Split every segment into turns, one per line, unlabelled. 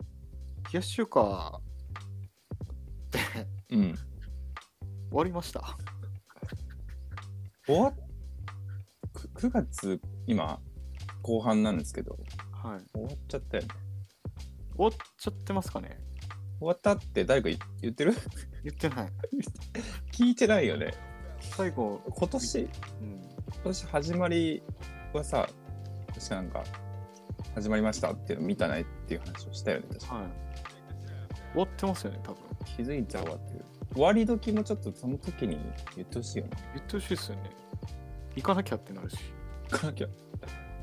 冷やし中華って終
うん。
わりました。
終わっ、9月、今、後半なんですけど、
はい。
終わっちゃったよね。
終わっちゃってますかね
終わったって誰か言言ってる
言ってない。
聞いてないよね。
最後、
今年、
うん、
今年始まりはさ、確かなんか、始まりましたっていうの見たないっていう話をしたよね、確か
はい。終わってますよね、多分。
気づいちゃうわっていう。終わり時もちょっとその時に言ってほしいよね。
言ってほしいですよね。行かなきゃってなるし。
行かなきゃ。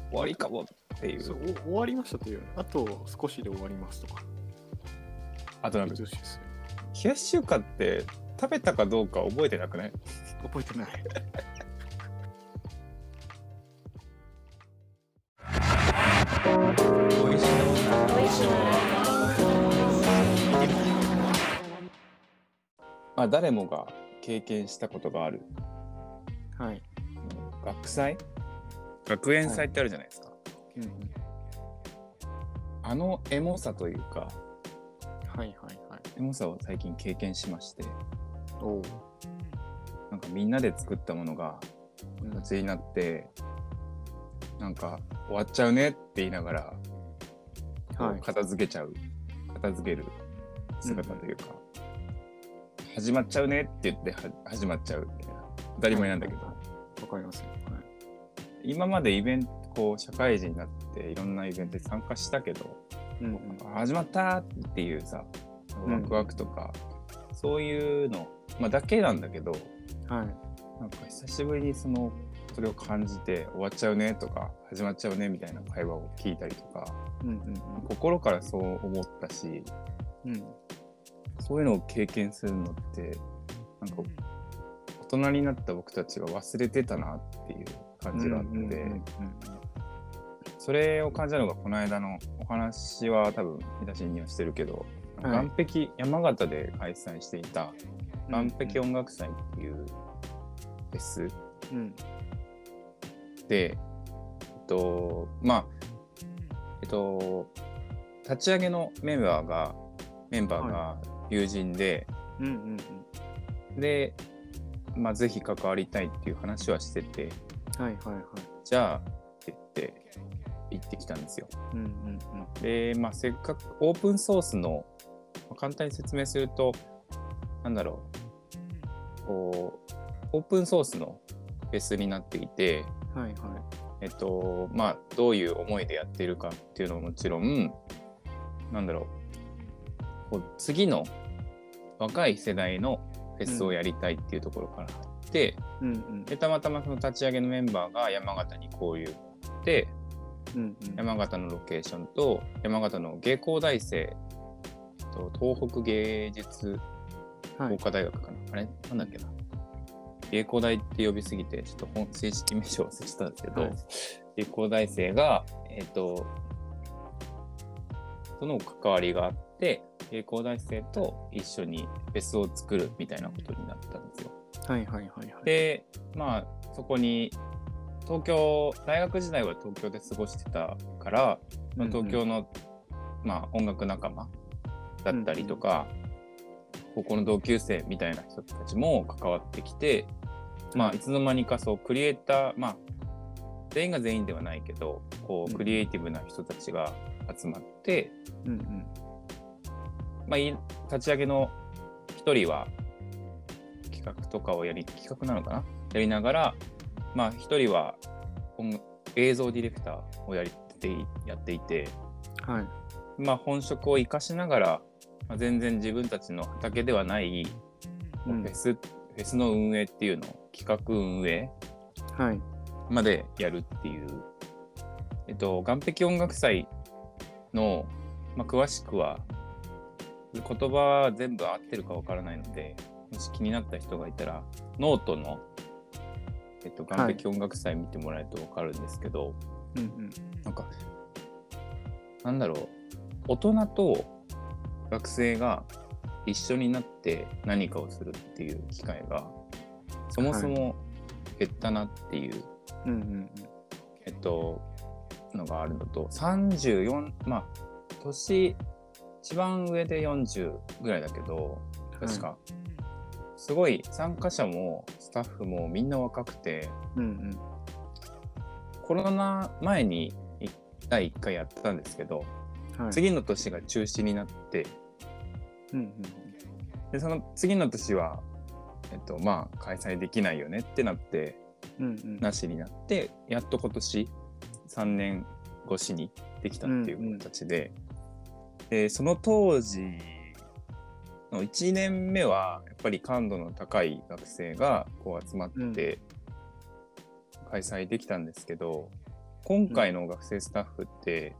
終わりかもってい
そう
う。
お終わりましたというよりあと少しで終わりますとか。
あとなん
言っ
か
て、ほしいですね。
冷やし中華って食べたかどうか覚えてなくない
覚えてない。
美味しいまあ誰もが経験したことがある
はい。
学祭学園祭ってあるじゃないですか、
うんうん、
あのエモさというか
はいはいはい。
エモさを最近経験しまして
おお。
なんかみんなで作ったものが
うん
夏になってなんか終わっちゃうねって言いながら
はい
片付けちゃう片付ける姿というか、始まっちゃうねって言っては始まっちゃうみたいな当たり前なんだけど、
わかりますよ。はい
今までイベントこう社会人になっていろんなイベントに参加したけど、
うん
なんか始まったっていうさ
うん
ワクワクとか、そういうの、まあ、だけなんだけど
うん。はい。
なんか久しぶりにそのそれを感じて終わっちゃうねとか始まっちゃうねみたいな会話を聞いたりとか
うん
心からそう思ったし
うんうん。うん。
そういうのを経験するのってなんか大人になった僕たちが忘れてたなっていう感じがあって、
うんうんうんうん
それを感じたのがこの間のお話は多分見出しにはしてるけど、
はい
岸壁山形で開催していた
うん
岸壁音楽祭っていうフェス
うん。
で、えっとまあえっと立ち上げのメンバーがメンバーが友人で、
うんうん
で、まあ、ぜひ関わりたいっていう話はしてて
うん。はいはいはい。
じゃあって言って行ってきたんですよ。
うんうん
で、まあ、せっかくオープンソースの、まあ簡単に説明すると、なんだろう、こう、オープンソースのフェスになっていて、
うん。はいはい。
えっと、まあ、どういう思いでやってるかっていうのももちろん、なんだろう、こう次の若い世代のフェスをやりたいっていうところから入って、
うんうん。
でたまたまその立ち上げのメンバーが山形に交流で、
うんうん。
山形のロケーションと山形の芸工大生えっと東北芸術
は
工
い。
科大学かな、あれなんだっけな芸工大って呼びすぎてちょっと本正式名称忘れてたんですけど、
はい
芸工大生がえっ、とその関わりがあって芸工大生と一緒にフェスを作るみたいなことになったんですよ。
はいはいはいはい。
でまあそこに東京大学時代は東京で過ごしてたから
うんうん、
東京の、まあ、音楽仲間だったりとか、高校の同級生みたいな人たちも関わってきて、まあ、いつの間にかそうクリエイター、まあ、全員が全員ではないけどこ
う
うんクリエイティブな人たちが集まって、
うんうん。
まあ、い立ち上げの一人は企画とかをやり企画なのかなやりながらまあ一人は音映像ディレクターをやりてやっていて。
はい。
まあ、本職を生かしながら、まあ、全然自分たちの畑ではない
う
フ
ん
ェス、フェスの運営っていうのを企画運営
はい。
までやるっていう、えっと、岸壁音楽祭の、まあ、詳しくは言葉は全部合ってるかわからないのでもし気になった人がいたらノートの、えっと、岸
はい
壁音楽祭見てもらえるとわかるんですけど、
うんうん。
なんか、なんだろう、大人と学生が一緒になって何かをするっていう機会が、そもそも減ったなっていう、
うんうん
えっと、のがあるのと、34、まあ、年一番上で40ぐらいだけど確か、すごい参加者もスタッフもみんな若くて
うん
コロナ前に一第1回やってたんですけど、
うん。はい。
次の年が中止になって
うんうん
でその次の年は、えっと、まあ開催できないよねってなって
うん。うんうん。
なしになってやっと今年3年越しにできたっていう形で,、でその当時の1年目はやっぱり感度の高い学生がこう集まって開催できたんですけど、今回の学生スタッフって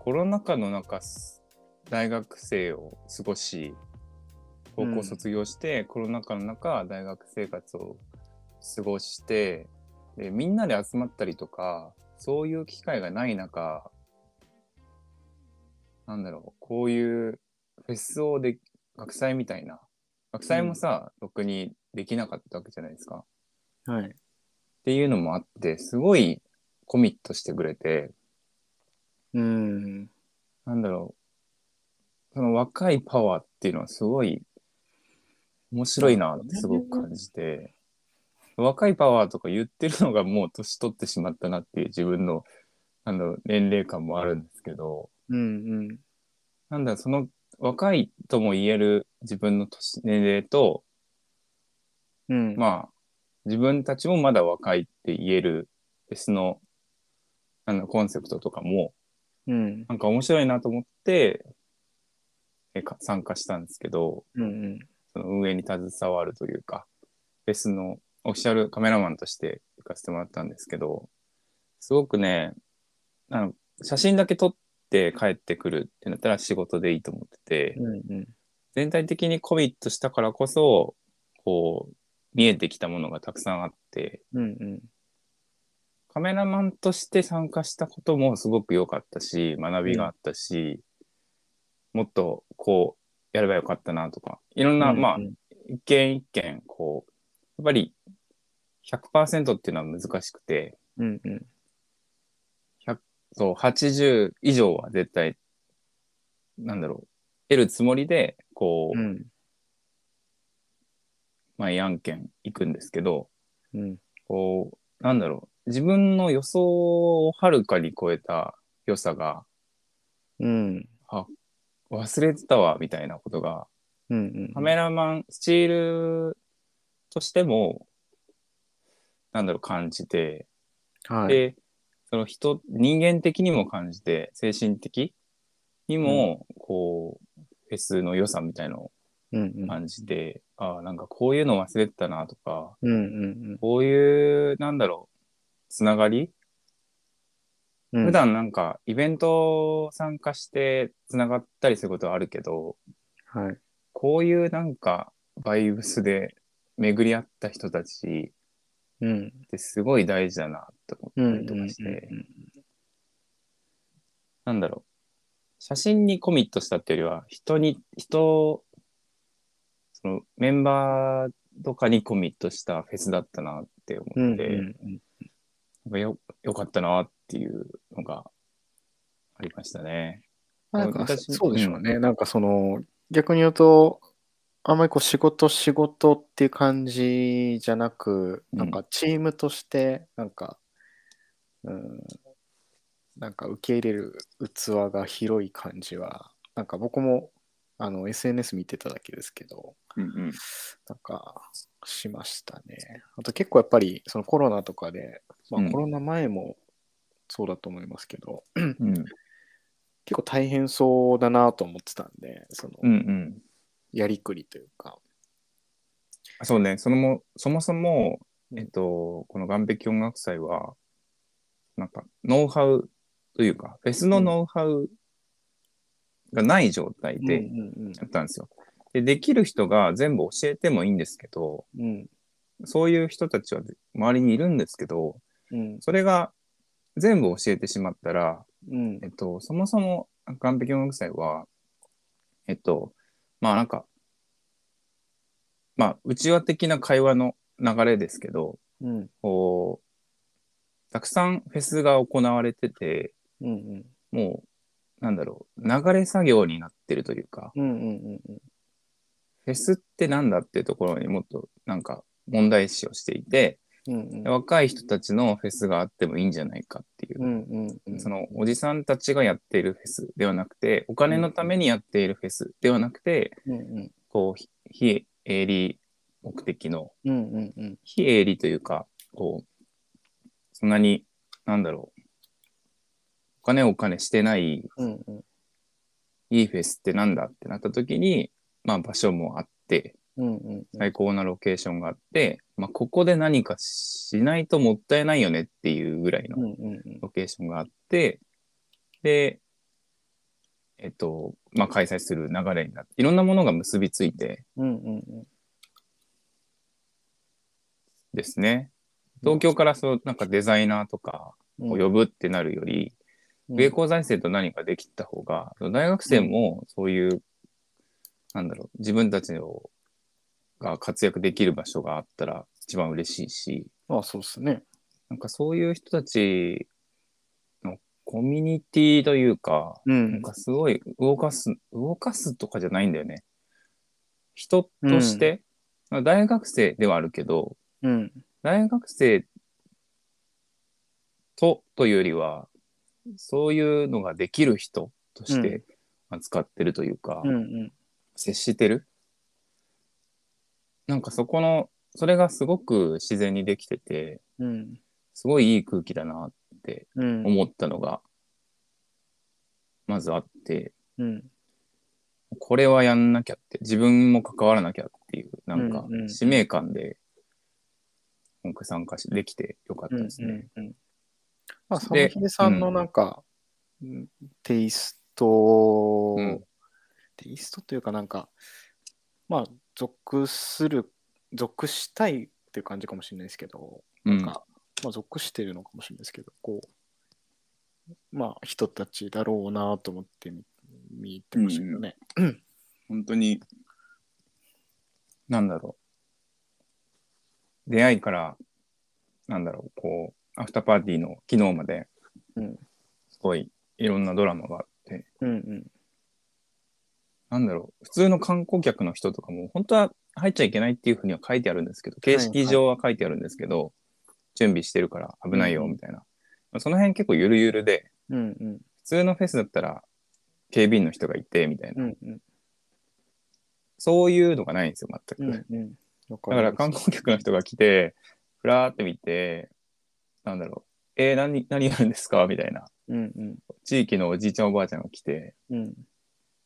コロナ禍の中す大学生を過ごし高校卒業して、コロナ禍の中大学生活を過ごしてでみんなで集まったりとかそういう機会がない中なんだろうこういうフェスをで学祭みたいな学祭もさ、ろくにできなかったわけじゃないですか。っ
はい。
ていうのもあってすごいコミットしてくれて
うん。
なんだろうその若いパワーっていうのはすごい面白いなってすごく感じて。若いパワーとか言ってるのがもう年取ってしまったなっていう自分のあの年齢感もあるんですけど、
うんうん。
なんだ、その若いとも言える自分の年年齢と、
うん。
まあ、自分たちもまだ若いって言えるフェスのあのコンセプトとかも、
うん。
なんか面白いなと思って、えか参加したんですけど、
うんうん。
その運営に携わるというか、フェスのオフィシャルカメラマンとして行かせてもらったんですけど、すごくね、あの写真だけ撮って帰ってくるってなったら仕事でいいと思ってて、
うんうん。
全体的にコミットしたからこそ、こう、見えてきたものがたくさんあって、
うんうん。
カメラマンとして参加したこともすごく良かったし、学びがあったし、もっとこう、やればよかったなとか、いろんな、まあ
う、ん
一件一件、こう、やっぱり100%っていうのは難しくて、
うんうん。
そう、80以上は絶対、なんだろう、得るつもりで、こう、
うん
毎案件行くんですけど、
うん。
こう、なんだろう、自分の予想をはるかに超えた良さが、
うん。
あ、忘れてたわ、みたいなことが、
うん。
カメラマン、スチールとしても、なんだろう、感じて、
はい。
で、その人、人間的にも感じて、精神的にも、こう、フェスの良さみたいのを
うんうん。
感じて、ああ、なんかこういうの忘れてたな、とか、
うんうん
こういう、なんだろう、つながり
うん。
普段なんかイベント参加してつながったりすることはあるけど
うん。はい。
こういうなんかバイブスで巡り合った人たち
うん。
ってすごい大事だなと思
うん
ったりとかして、
うん
なんだろう写真にコミットしたっていうよりは人に人そのメンバーとかにコミットしたフェスだったなって思
うん。う
っ
ん
て、
うん
なんかよよかったなっていうのがありましたね。
なんか、
私
そうでしょうね。なんかその、逆に言うと、あんまりこう仕事仕事っていう感じじゃなく、
うん
なんかチームとして、なんか、うん、なんか受け入れる器が広い感じは、なんか僕も、あの、SNS 見てただけですけど、
うんうん
なんか、しましたね。あと結構やっぱり、そのコロナとかで、ま
うん
あコロナ前もそうだと思いますけど、
うん
結構大変そうだなと思ってたんで、その、
うんうん
やりくりというか。
そうね、そのも、そもそも、えっと、この岸壁音楽祭は、なんか、ノウハウというか、フェスのノウハウがない状態
うん
でやったんですよ。で、できる人が全部教えてもいいんですけど、
うんうん
そういう人たちは周りにいるんですけど、
うん
それが全部教えてしまったら、
うん
えっと、そもそも岸壁音楽祭は、えっと、まあなんか、まあ、内輪的な会話の流れですけど、
うん
こう、たくさんフェスが行われてて、
うんうん
もう、なんだろう、流れ作業になってるというか、
うんうんうんうん。
フェスってなんだっていうところにもっとなんか問題視をしていて、
うんうん
若い人たちのフェスがあってもいいんじゃないかっていう
う、んうんうん。
そのおじさんたちがやっているフェスではなくて、お金のためにやっているフェスではなくて、
うんうん
こう、ひ非営利目的の、
うんうんうん。
非営利というか、こう、そんなに、なんだろう、お金をお金してない
うんうん
いいフェスってなんだってなった時に、まあ場所もあって、
うんうんうん。
最高なロケーションがあって、まあここで何かしないともったいないよねっていうぐらいの
うんうんうん。
ロケーションがあって、で、えっと、まあ開催する流れになって、いろんなものが結びついて
うんうんうん。
ですね、東京からそう、なんかデザイナーとか
を
を呼ぶってなるより、芸工財政と何かできた方が、大学生もそういう、なんだろう、自分たちをが活躍できる場所があったら一番嬉しいし、
あそうっすね。
なんかそういう人たちのコミュニティというか、
う
なん
ん。
かすごい動かす、動かすとかじゃないんだよね。人として、まあ大学生ではあるけど、
うん。
大学生とというよりはそういうのができる人として扱ってるというか、
うんうん。
接してるなんかそこのそれがすごく自然にできてて
うん。
すごいいい空気だなって
うん。
思ったのが、まずあって
うん。
これはやんなきゃって自分も関わらなきゃっていうなんか
うんうん
使命感で今回参加しできてよかった
うん
ですね。
うんまあ、
で
そのヒデさんのなんか、うんテイスト、
うん
テイストというかなんか、まあ、属する、属したいっていう感じかもしれないですけど、
うん
なんか、まあ、属してるのかもしれないですけど、こう、まあ、人たちだろうなと思って見見てましたけどね。
本当に、なんだろう。出会いから、なんだろう、こう、アフターパーティーの昨日まで、
うん
すごいいろんなドラマがあって、
うんうん。
なんだろう、普通の観光客の人とかも、本当は入っちゃいけないっていうふうには書いてあるんですけど、形式上は書いてあるんですけど、準備してるから危ないよ、みたいな。その辺結構ゆるゆるで、
うんうん。
普通のフェスだったら、警備員の人がいて、みたいな。
うんうん。
そういうのがないんですよ、全く。
うんうん。だ
だから観光客の人が来て、ふらーって見て、なんだろう、えー、何、何やるんですかみたいな。
うんうん。
地域のおじいちゃんおばあちゃんが来て、
うん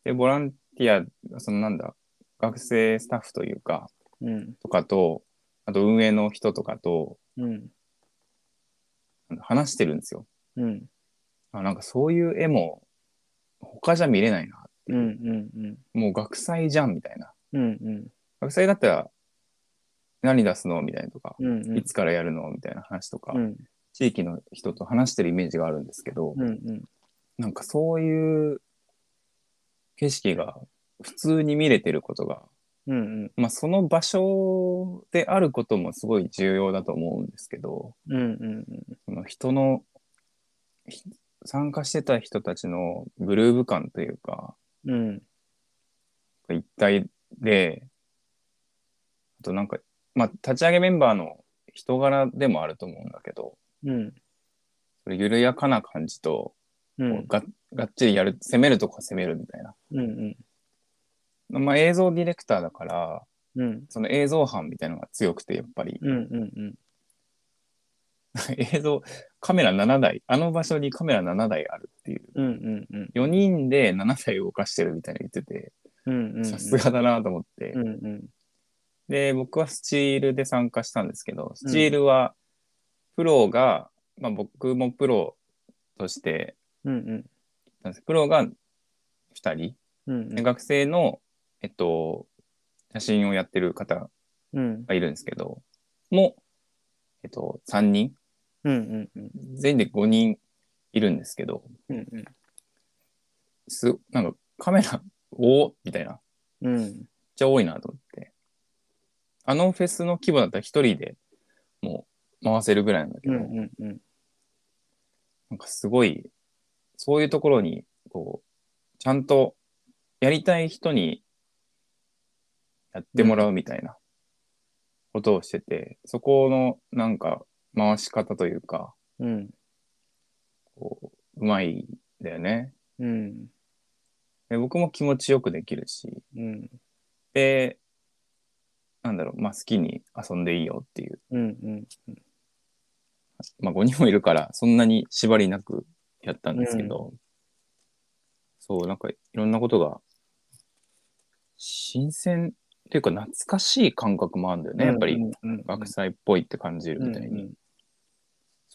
で、ボランティア、そのなんだ、学生スタッフというか、
うん
とかと、あと運営の人とかと
うん
あの話してるんですよ。
うん
あなんかそういう絵も他じゃ見れないなって
う
い
ん
う。
うんうん
もう学祭じゃんみたいな。
うんうん
学祭だったら何出すのみたいなとか、
うんうん
いつからやるのみたいな話とか、
うん
地域の人と話してるイメージがあるんですけど、
うんうん
なんかそういう景色が普通に見れてることが、
うん
まあ、その場所であることもすごい重要だと思うんですけど
うんうんうん
その人のひ参加してた人たちのグルーヴ感というか
うん
一体であとなんか、まあ、立ち上げメンバーの人柄でもあると思うんだけど
うん
それ緩やかな感じと、
うん
こうががっちりやる攻めるとこは攻めるみたいな。
うん
まあ、映像ディレクターだから
うん
その映像班みたいなのが強くて、やっぱり。
うんうんうん
映像、カメラ7台、あの場所にカメラ7台あるっていう。
うんうんうん
4人で7台動かしてるみたいな言ってて、
うんうん
さすがだなと思って。
うんうん
で、僕はスチールで参加したんですけど、スチールは、プロが、まあ僕もプロとして、
うんうん
なんですプロが2人、
うん
で学生の、えっと、写真をやってる方
うん
がいるんですけど、も、えっと、3人、
うんうんうん
全員で5人いるんですけど、
うんうん
す、なんかカメラ、 おーみたいな。めっ
うん
ちゃ多いなと思って。あのフェスの規模だったら一人でもう回せるぐらいなんだけ
う
ど、
んうんうん
なんかすごい、そういうところに、こう、ちゃんとやりたい人にやってもらうみたいなことをしてて、そこのなんか回し方というか、
うん。
こううまいんだよね
うん。
で。僕も気持ちよくできるし、
うん。
で、なんだろう、まあ好きに遊んでいいよっていう、
うん。うん。
まあ5人もいるからそんなに縛りなくやったんですけど、そう、なんかいろんなことが新鮮っていうか懐かしい感覚もあるんだよね、やっぱり。
うんうんうん、
学祭っぽいって感じるみたいに。
うんうん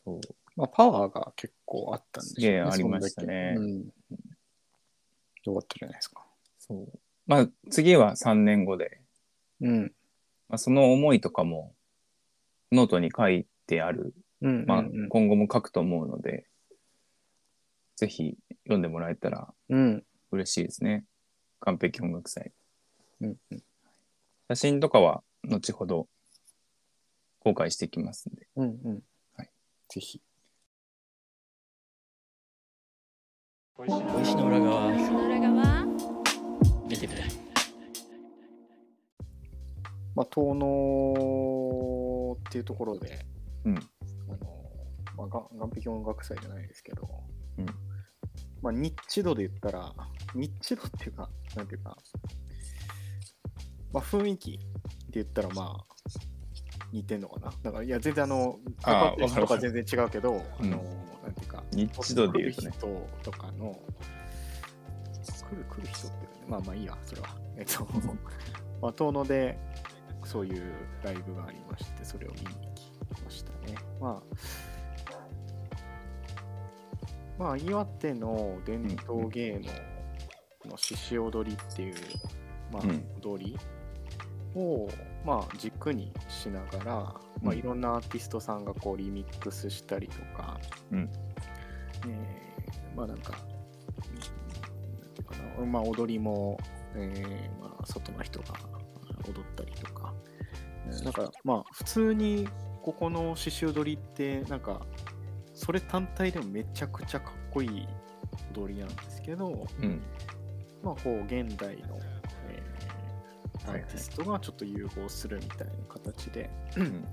そう。
まあ、パワーが結構あったんでしょう
すげえありましたね
そんだけうん。よかったじゃないですか。
そう。まあ、次は3年後で、
うん。
まあ、その思いとかも、ノートに書いてある、
うん。
まあ
うんうん、
今後も書くと思うので、ぜひ読んでもらえたら
うん。
嬉しいですね。完璧音楽祭。
うん
写真とかは、後ほど、公開していきますんで。
うん。うん。
はい。
ぜひ。
小石の裏側
その裏側
見てみたい
まあ、遠野っていうところで、
うん
あのまあ、が岸壁音楽祭じゃないですけど、
うん
まあ、ニッチ度で言ったら、ニッチ度っていうか、なんていうか、まあ、雰囲気で言ったら、まあ、似てんのかな。だから、いや、全然あの、
あ
関わっ
ー
てる人とか全然違うけど、あ
る
の、なんていうか、
日度で言うと
来
ね。
る人とかの、来る来る人って、まあまあいいや、それは。えっ と、まあ、遠野でそういうライブがありまして、それを見に来ましたね。まあ、まあ、岩手の伝統芸能の獅子踊りっていう、まあ
うん、
踊りを、まあ、軸にしながら、まあ、
うん
いろんなアーティストさんがこうリミックスしたりとか、
うん
えーまあなんか、なんていうかな、まあ、踊りも、えーまあ、外の人が踊ったりとか、えーなんか、まあ、普通にここの刺繍踊りって、なんか、それ単体でもめちゃくちゃかっこいい踊りなんですけど、
うん。
まあ、こう現代の、えーア
はいはい
ーティストがちょっと融合するみたいな形で、
うん。うん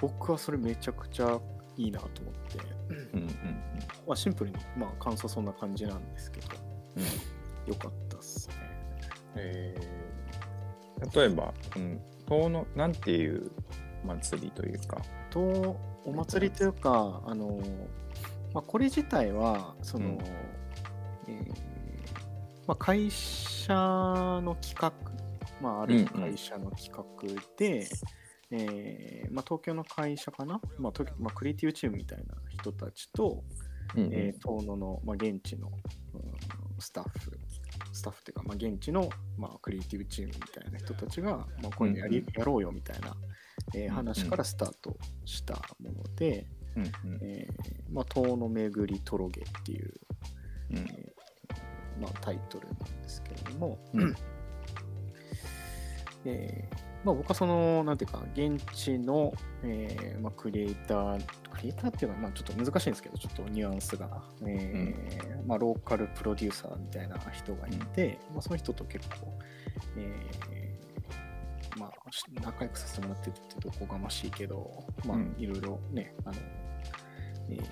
僕はそれめちゃくちゃいいなと思って、
うん。うん。
まあ、シンプルに、まあ、感想そんな感じなんですけど、
うん
よかったっすね。
えー例えば、うん、遠野なんていう祭りというか、
とお祭りというか、あのまあ、これ自体はその、
うん
えーまあ、会社の企画、まあ、ある
うんうん
会社の企画で、えーまあ、東京の会社かな、まあ東京まあ、クリエイティブチームみたいな人たちと、
うん
えー遠野の、まあ、現地の、うんスタッフスタッフっていうか、まあ、現地の、まあ、クリエイティブチームみたいな人たちが、まあ、こういうのやり、
うんうん
やろうよみたいな、えー
うん
話からスタートしたもので、
うん
えーまあ、遠野巡りトロゲっていう、
うんうん
えーまあ、タイトルなんですけれども、
うん
えーまあ、僕はそのなんていうか現地の、えーまあ、クリエイタークリエイターっていうのはまあちょっと難しいんですけどちょっとニュアンスが、えーまあ、ローカルプロデューサーみたいな人がいて、まあ、その人と結構、えーまあ、し仲良くさせてもらってるっていうとおこがましいけど、まあ
うん、
いろいろねあの、えー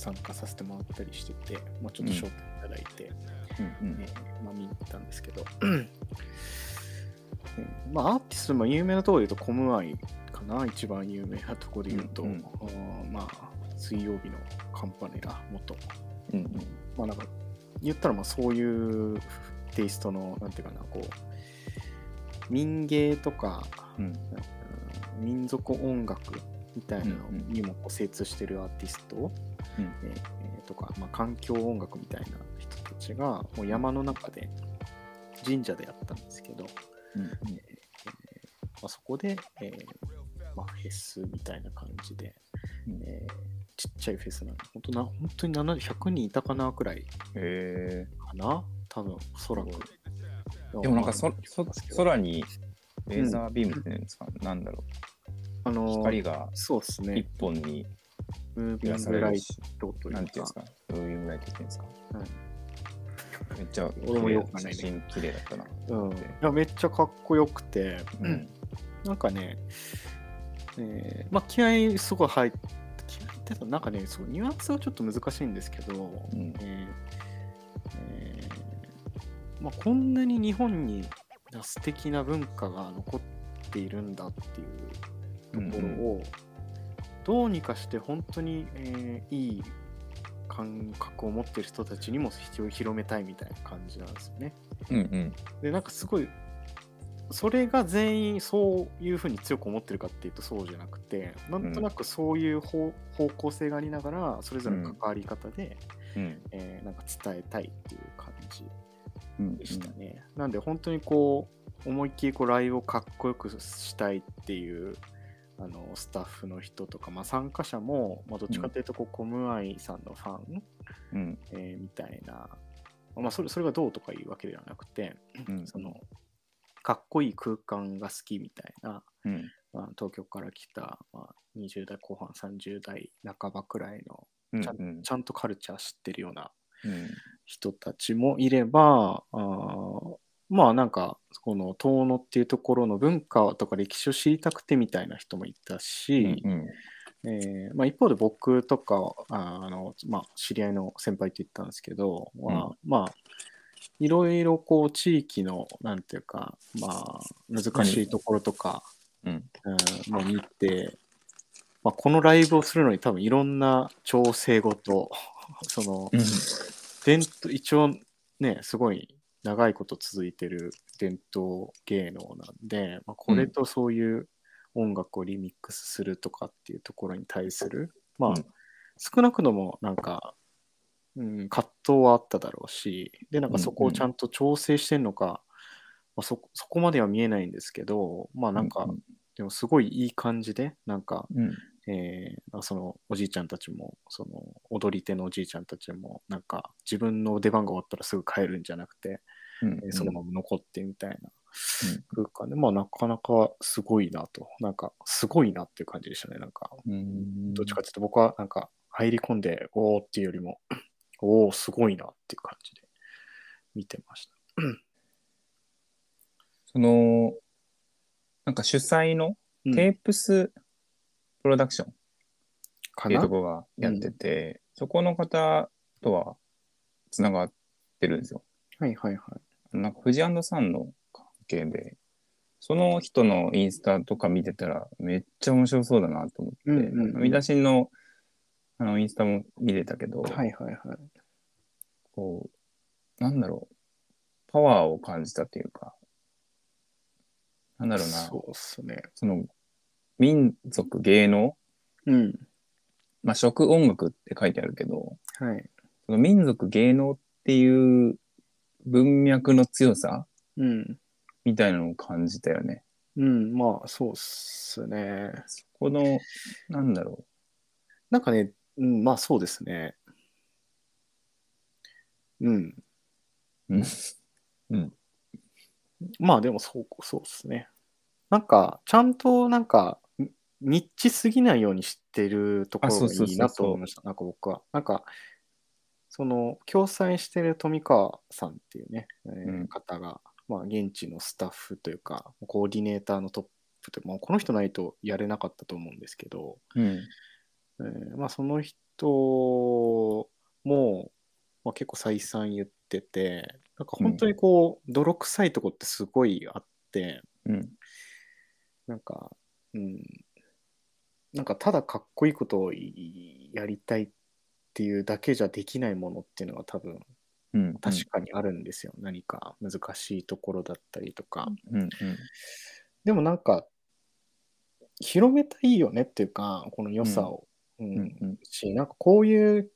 参加させてもらったりしてて、まあ、ちょっと
うん
招待いただいて、
うんうん
えーまあ、見に行ったんですけど、うんまあ、アーティストも有名なところで言うと、コムアイかな、一番有名なところで言うと、
うんうん
あーまあ、水曜日のカンパネラ元、
うんうん
まあ、なんか言ったらまあそういうテイストの、なんていうかな、こう、民芸とか、
うん
うん民族音楽みたいなの
うんうん
にもこう精通してるアーティスト、
うん
えーえーとか、まあ、環境音楽みたいな人たちがもう山の中で神社でやったんですけど、まあ、そこで、えーまあ、フェスみたいな感じで、
うん
えーちっちゃいフェスなの本当な本当に70 100人いたかなくらい
え
かな多分おそらく
ーでもなんかそそ空
に
にレーザービームっていうんですか、なんだろ
あ
う
のー
光が
そうです
一
ね
本に
ムービ
照ら
ン
さ
グ
れ
ラ
る
イ
し、
トというか
なんていうんですかムービングライトっていうんですか
はい
めっちゃ
俺もよくわかんな
写
いね
真綺麗だったな。
うん、いやめっちゃかっこよくて、
うん
なんかね、えーまあ、気合すごい入って、気合入ってたなんかね、そうニュアンスはちょっと難しいんですけど、
うん
えーえーまあ、こんなに日本に素敵な文化が残っているんだっていうところを、どうにかして本当に、えーいい感覚を持ってる人たちにも広めたいみたいな感じなんですよね。
うんうん
でなんかすごいそれが全員そういうふうに強く思ってるかっていうとそうじゃなくてなんとなくそういう方,、方向性がありながらそれぞれの関わり方で、
うん
えーなんか伝えたいっていう感じ
うん
でしたね、なんで本当にこう思いっきりこうライブをかっこよくしたいっていうあのスタッフの人とか、まあ、参加者も、まあ、どっちかというとこう、コムアイさんのファン、
うん
えーみたいな、まあ、それそれがどうとかいうわけではなくて、
うん
そのかっこいい空間が好きみたいな、
うん
まあ、東京から来た、まあ、20代後半30代半ばくらいの
うん
ちゃん,、ちゃんとカルチャー知ってるような
うん
人たちもいればあーまあなんかこの遠野っていうところの文化とか歴史を知りたくてみたいな人もいたし、
うん
えーまあ、一方で僕とかああの、まあ、知り合いの先輩って言ったんですけど、はまあいろいろこう地域のなんていうか、まあ、難しいところとか、う
うん
んも見て、まあ、このライブをするのに多分いろんな調整ごと その
うん
伝統一応ねすごい長いこと続いてる伝統芸能なんで、まあ、これとそういう音楽をリミックスするとかっていうところに対するまあ、
うん
少なくともなんか、うん、葛藤はあっただろうしでなんかそこをちゃんと調整してんのか、まあ、そそこまでは見えないんですけどまあなんか、でもすごいいい感じでなんか
うん
えーまあそのおじいちゃんたちもその踊り手のおじいちゃんたちもなんか自分の出番が終わったらすぐ帰るんじゃなくて、
うん
えーそのまま残ってみたいな空間で、まあなかなかすごいなとなんかすごいなっていう感じでしたねなんか
うん
どっちかっていうと僕はなんか入り込んでおおっていうよりも おおすごいなっていう感じで見てました。
そのなんか主催の
うん
テープスプロダクションっ
か
ていう
な
ところがやっててそこの方とはつながってるんですよ
はいはいはい。
なんか富士さんの関係でその人のインスタとか見てたらめっちゃ面白そうだなと思って、
うんうんうん
見出しのあのインスタも見れたけど、
はいはいはい。
こう、なんだろう、パワーを感じたというか、なんだろうな、そ
そうっすね。
の、民族、芸能、
うん。
まあ、食、音楽って書いてあるけど、
はい。
その民族、芸能っていう文脈の強さ
うん。
みたいなのを感じたよね。
うん、まあそうっすね。
そこの、なんだろ
なんかね、うん、まあそうですね。うん。
う、うん、 うん、
まあでもそう、そうっすね。なんか、ちゃんとなんか、ニニッチすぎないようにしてるとこ
あ
ろ
そう
がい
そうそうそう
いなと思いました。なんか僕は。なんか、その、共催してる富川さんっていうね、えー
うん
方が、まあ現地のスタッフというか、コーディネーターのトップで、もうこの人ないとやれなかったと思うんですけど、
うん、
えーまあ、その人も、まあ、結構再三言っててなんか本当にこう、泥臭いとこってすごいあって
うん、
なんか、うん、なんかただかっこいいことをいやりたいっていうだけじゃできないものっていうのが多分
うん、
確かにあるんですよ、何か難しいところだったりとか。
うん、うん、
でもなんか広めたいよねっていうかこの良さを。
う
うん
ん、うん、
し、なんかこういう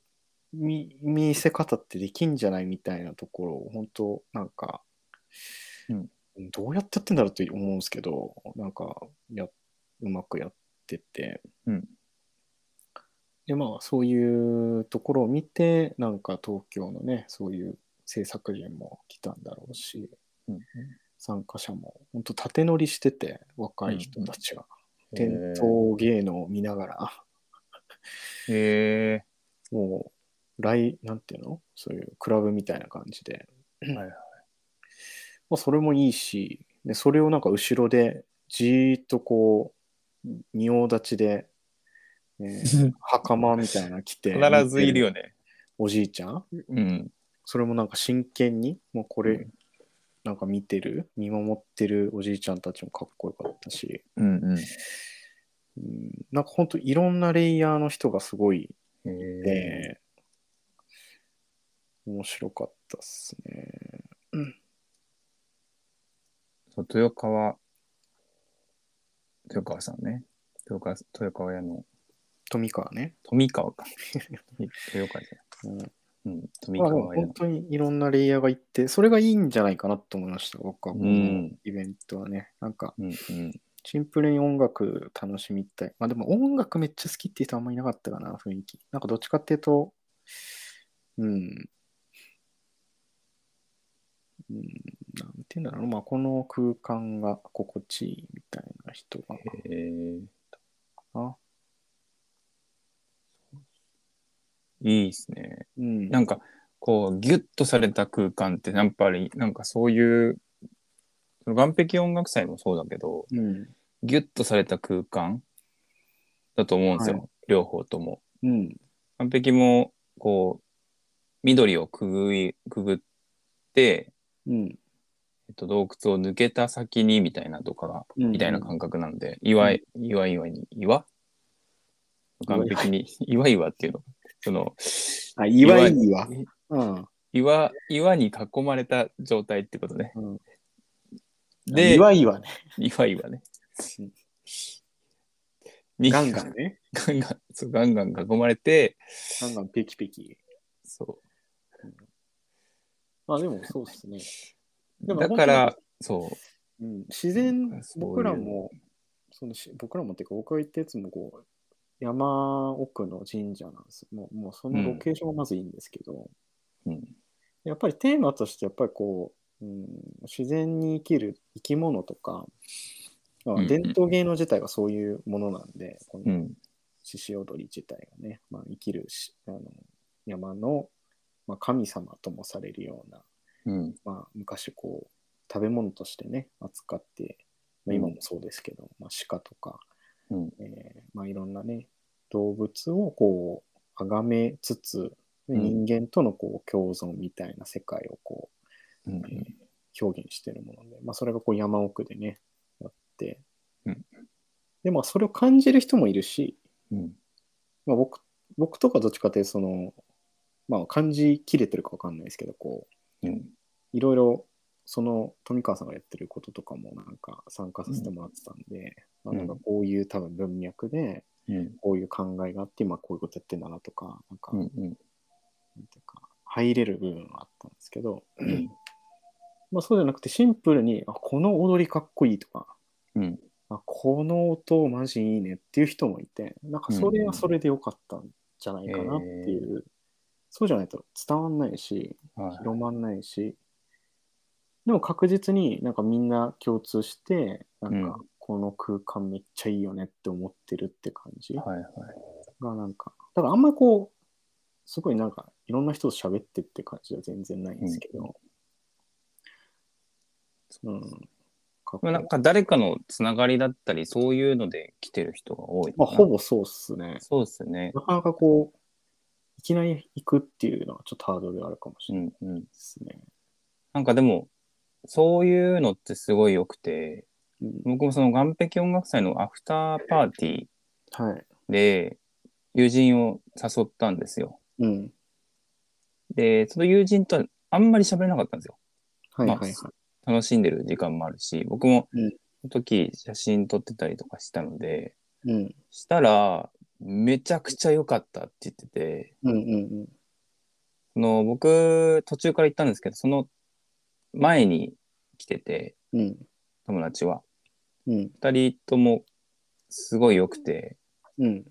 見見せ方ってできんじゃないみたいなところを本当なんか、
うん
どうやってやってんだろうって思うんですけどなんかやうまくやってて、
うん
でまあそういうところを見てなんか東京のねそういう制作陣も来たんだろうし
うん。
参加者も本当縦乗りしてて若い人たちが、
うんうん
伝統芸能を見ながら。
へえ
もう、ライ、なんていうのそういうクラブみたいな感じで、まあ、それもいいしでそれをなんか後ろでじーっとこう仁王立ちで、え ー袴みたいなの着て
必ずいるよね。
おじいちゃん
うん。
それもなんか真剣にもうこれなんか見てる見守ってるおじいちゃんたちもかっこよかったし、
うんうん。
うん、なんかほんといろんなレイヤーの人がすごい
え
で、面白かったっすね。
そう豊川、豊川さんね。豊川、豊川屋の、
富川ね。
富川か。豊川じ
うん
ゃない。うん、富
まあ、でも
川屋
本。当にいろんなレイヤーがいて、それがいいんじゃないかなと思いました、僕は。こ
う
の
ん
イベントはね。なんか、
うんうん。
シンプルに音楽楽しみたい。まあでも音楽めっちゃ好きって人あんまいなかったかな、雰囲気。なんかどっちかっていうと、うん。うん、なんて言うんだろうな、まあ、この空間が心地いいみたいな人が
えー、
な。
いいですね。
うん、
なんか、こう、ギュッとされた空間って、やっぱり、なんかそういう、その岸壁音楽祭もそうだけど、
うん。
ギュッとされた空間だと思うんですよ。
は
両方とも。
うん。
完璧も、こう、緑をくぐい、くぐって、
うん。
えっと、洞窟を抜けた先にみたいなとかが、み
み
たいな感覚なんで、岩い、岩岩に、岩
岩
完璧に、 岩岩っていうの。その、
あ、いわいいわ。
い
うん。
岩、岩に囲まれた状態ってことね。
うん
で、
い
岩
わいわね。
岩ね。に
ガンガン。ね。
ガンガン、そう、ガンガン囲まれて、
ガンガンペキペキ。
そ
まあでもそうですね。で
う。
も
だから、そ
う
う。
ん、自然
なんか、そういう
僕らも、そのし僕らもっていうか、僕が行ったやつもこう、山奥の神社なんですもう。もうそのロケーションがまずいいんですけど、
うん、
やっぱりテーマとして、やっぱりこう、うん、自然に生きる生き物とか、まあ
うんうん
伝統芸能自体がそういうものなんで、この
うん、
獅子踊り自体がね、まあ、生きるしあの山の、まあ、神様ともされるような、
うん、
まあ、昔こう食べ物としてね扱って、まあ、
うん
今もそうですけど、まあ、鹿とか、
うん
えーまあ、いろんなね動物をこう崇めつつで
うん
人間とのこう共存みたいな世界をこ
う
う、え
ん。
ー表現してるもので、まあ、それがこう山奥でねやって、
うん
でまあそれを感じる人もいるし
うん。
まあ、僕僕とかどっちかっていうとその、まあ、感じきれてるかわかんないですけどこ
うん。
ういろいろその富川さんがやってることとかもなんか参加させてもらってたんで、まあ、なんかこういう多分文脈で
うん。
こういう考えがあって今こういうことやってんだなとかなんか、
うん。うん。
なんていうか入れる部分はあったんですけど、
うん
まあ、そうじゃなくてシンプルにあこの踊りかっこいいとか
うん。
あこの音マジいいねっていう人もいてなんかそれはそれでよかったんじゃないかなっていう、そうじゃないと伝わんないし
はい。
広まんないしでも確実になんかみんな共通してなんかこの空間めっちゃいいよねって思ってるって感じが
はい。はい。
なんかだからあんまりこうすごいなんかいろんな人と喋ってって感じは全然ないんですけど、うんかっこいい
なんか誰かのつながりだったり、そういうので来てる人が多い
ま
か
あ、
な。
ほぼそうっすね。
そうですね。
なかなかこう、いきなり行くっていうのはちょっとハードルがあるかもし
う
れない
んうん。
ですね。
なんかでも、そういうのってすごい良くて、
うん
僕もその岸壁音楽祭のアフターパーティー
はい。
で友人を誘ったんですよ。
うん。
で、その友人とはあんまり喋れなかったんですよ。
はいはいは
ま
い。
あ楽しんでる時間もあるし、僕も
うん
その時写真撮ってたりとかしたので、
うん。
したら、めちゃくちゃ良かったって言ってて、
うんうん
その僕途中から行ったんですけどその前に来てて
うん。うん。
友達は
うん。
2人ともすごい良くて
うん。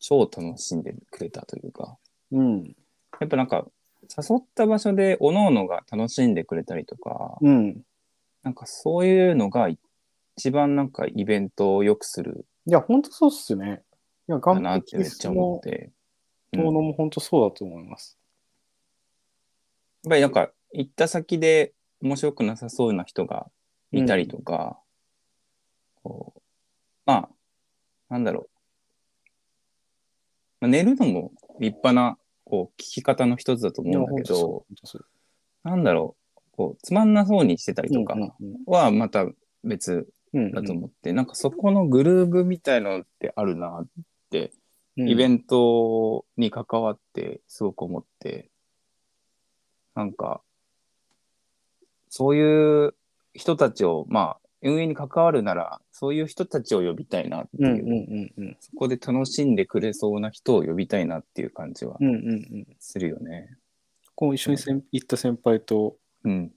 超楽しんでくれたというか
うん。
やっぱなんか誘った場所で各々が楽しんでくれたりとか
うん。
なんかそういうのが一番なんかイベントを良くする
いや、ほんとそうっすね。いや、
か
頑
な
張っ
ってめっちゃ思って。
も、遠野もほんとそうだと思います。
やっぱりなんか行った先で面白くなさそうな人がいたりとか、こうまあ、なんだろう。まあ、寝るのも立派なこう聞き方の一つだと思うんだけど、なんだろう、こうつまんなそうにしてたりとかはまた別だと思って、なんかそこのグルーブみたいのってあるな、イベ
ン
ントに関わってすごく思って、なんか、そういう人たちを、まあ、運営に関わるなら、そういう人たちを呼びたいなって
う
い
ん
う、
うんうん
そこで楽しんでくれそうな人を呼びたいなっていう感じは
うんうんうんうん
するよね。
こう一緒に先行った先輩と、
うん。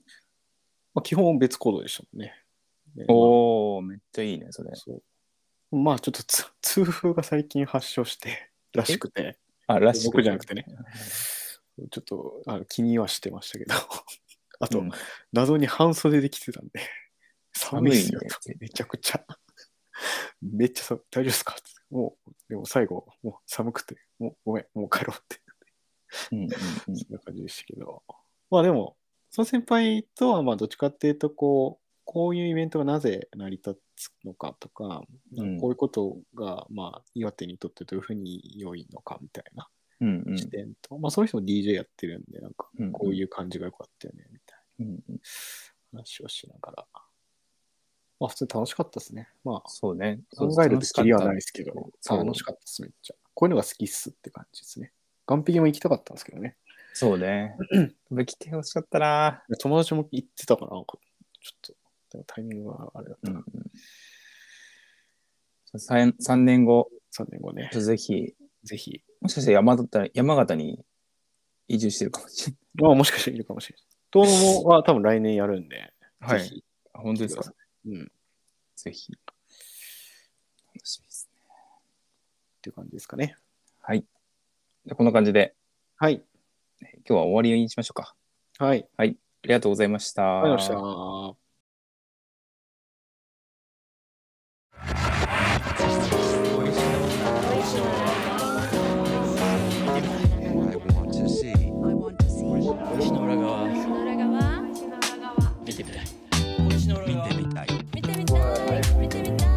まあ、基本別行動でしたもんね。ね
おおめっちゃいいね、それ。
そうまあちょっとつ 痛風が最近発症してらしくて、
あ、らしく
僕じゃなくてね。ちょっとあの気にはしてましたけど、 あと、
うん
謎に半袖で来てたんで、 寒いですよ
寒いね
と、めちゃくちゃ。 めっちゃ寒い大丈夫ですかってもう、でも最後、もう寒くて、もうごめん、もう帰ろうって、
うんうんうん
そんな感じでしたけど。まあでも、その先輩とは、まあどっちかっていうと、こう、こういうイベントがなぜ成り立つのかとか、
うん
こういうことが、まあ、岩手にとってどういうふうに良いのかみたいな
うんうん
視点と、まあ、その人も DJ やってるんで、なんか、
うん
こういう感じが良かったよね、みたい
うんうん
な話をしながら。まあ、普通に楽しかったですね。まあ、
そうね。
考えるときりはないですけど、
そう
楽しかったです、めっちゃ。こういうのが好きっすって感じですね。岸壁も行きたかったんですけどね。
そうね。 武器てほしかったな。
友達も行ってたから、なんかちょっと、でもタイミングがあれだったな、
3, 三年後、
3年後ね
ちょ。っとぜひ、
ぜひ。
もしかして山形山形に移住してるかもしれ
まあ、もしかしているかもしれない。東野は多分来年やるんで、
ない。
ぜ。ひ。
本当です
来て
か。
うん。
ぜひ。楽しみですね。
っていう感じですかね。
はい。じゃあこんな感じで、
はい。
今日は終わりにしましょうか。
はい。
ありがとうございました。
ありがとうございました。
I want to see
I want to see
美味しの裏側
裏側
見てみたい美味しの裏側見てみたい
見てみたい見てみたい見てみたい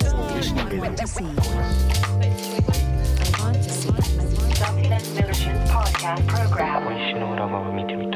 I want to see. I want to see.
Substance Pollution Podcast Program.
小石の裏側見てみたい